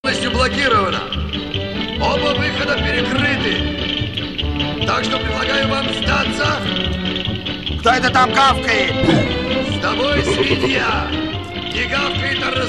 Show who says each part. Speaker 1: полностью блокировано. Оба выхода перекрыты. Так что предлагаю вам сдаться.
Speaker 2: Кто это там гавкает?
Speaker 1: С тобой свинья. Не гавкает, а разговаривает.